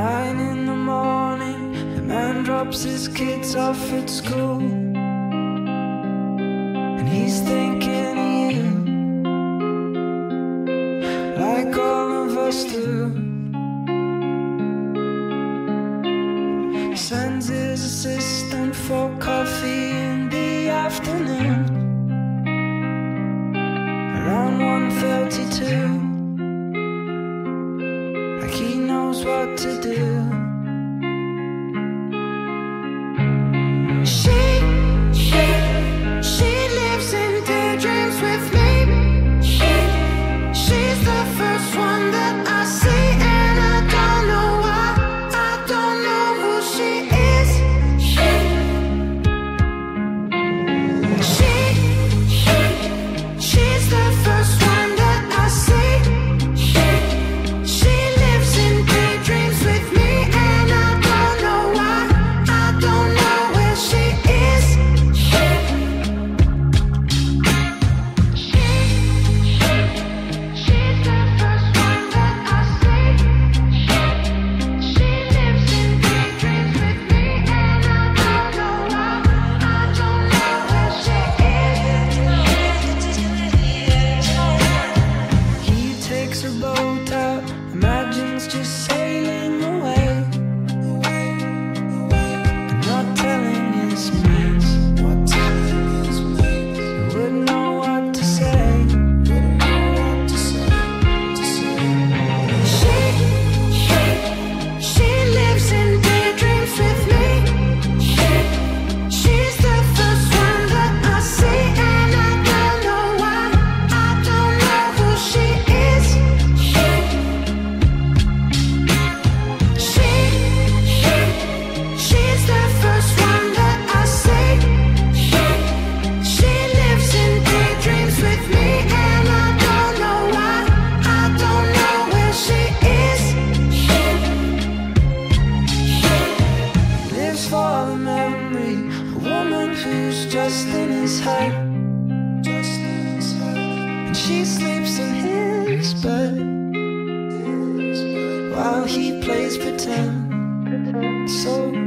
Nine in the morning, the man drops his kids off at school. And he's thinking of you, like all of us do. Sends his assistant for coffee in the afternoon. Around 1:32. Like he knows what to do. She, she, she lives in daydreams with me. She, she's the first one that I see, and I don't know why. I don't know who she is. She, she, she, she's the first one that I see. She. She lives in daydreams with me, and I don't know why. I don't know where she is. She, she, she's the first one that I see. She, she lives in daydreams with me, and I don't know why. I don't know where she is. He takes a boat out, imagines just sailing away. And not telling his mates. He wouldn't know what to say. She, she, she lives in daydreams with me. She, she's the first one that I see, and I don't know why. I don't know who she is. She, she, she, she's the first one that I see. She, she lives in daydreams with me, and I don't know why. I don't know where she is. lives for the memory. A woman who's just in his height. And she sleeps in his bed while he plays pretend. So